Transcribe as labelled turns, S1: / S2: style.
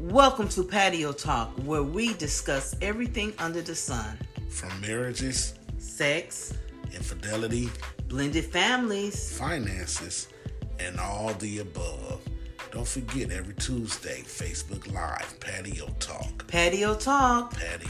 S1: Welcome to Patio Talk, where we discuss everything under the sun
S2: From marriages,
S1: sex,
S2: infidelity,
S1: blended families.
S2: finances, and all the above. Don't forget every Tuesday, Facebook Live, Patio Talk.
S1: Patio Talk.
S2: Patio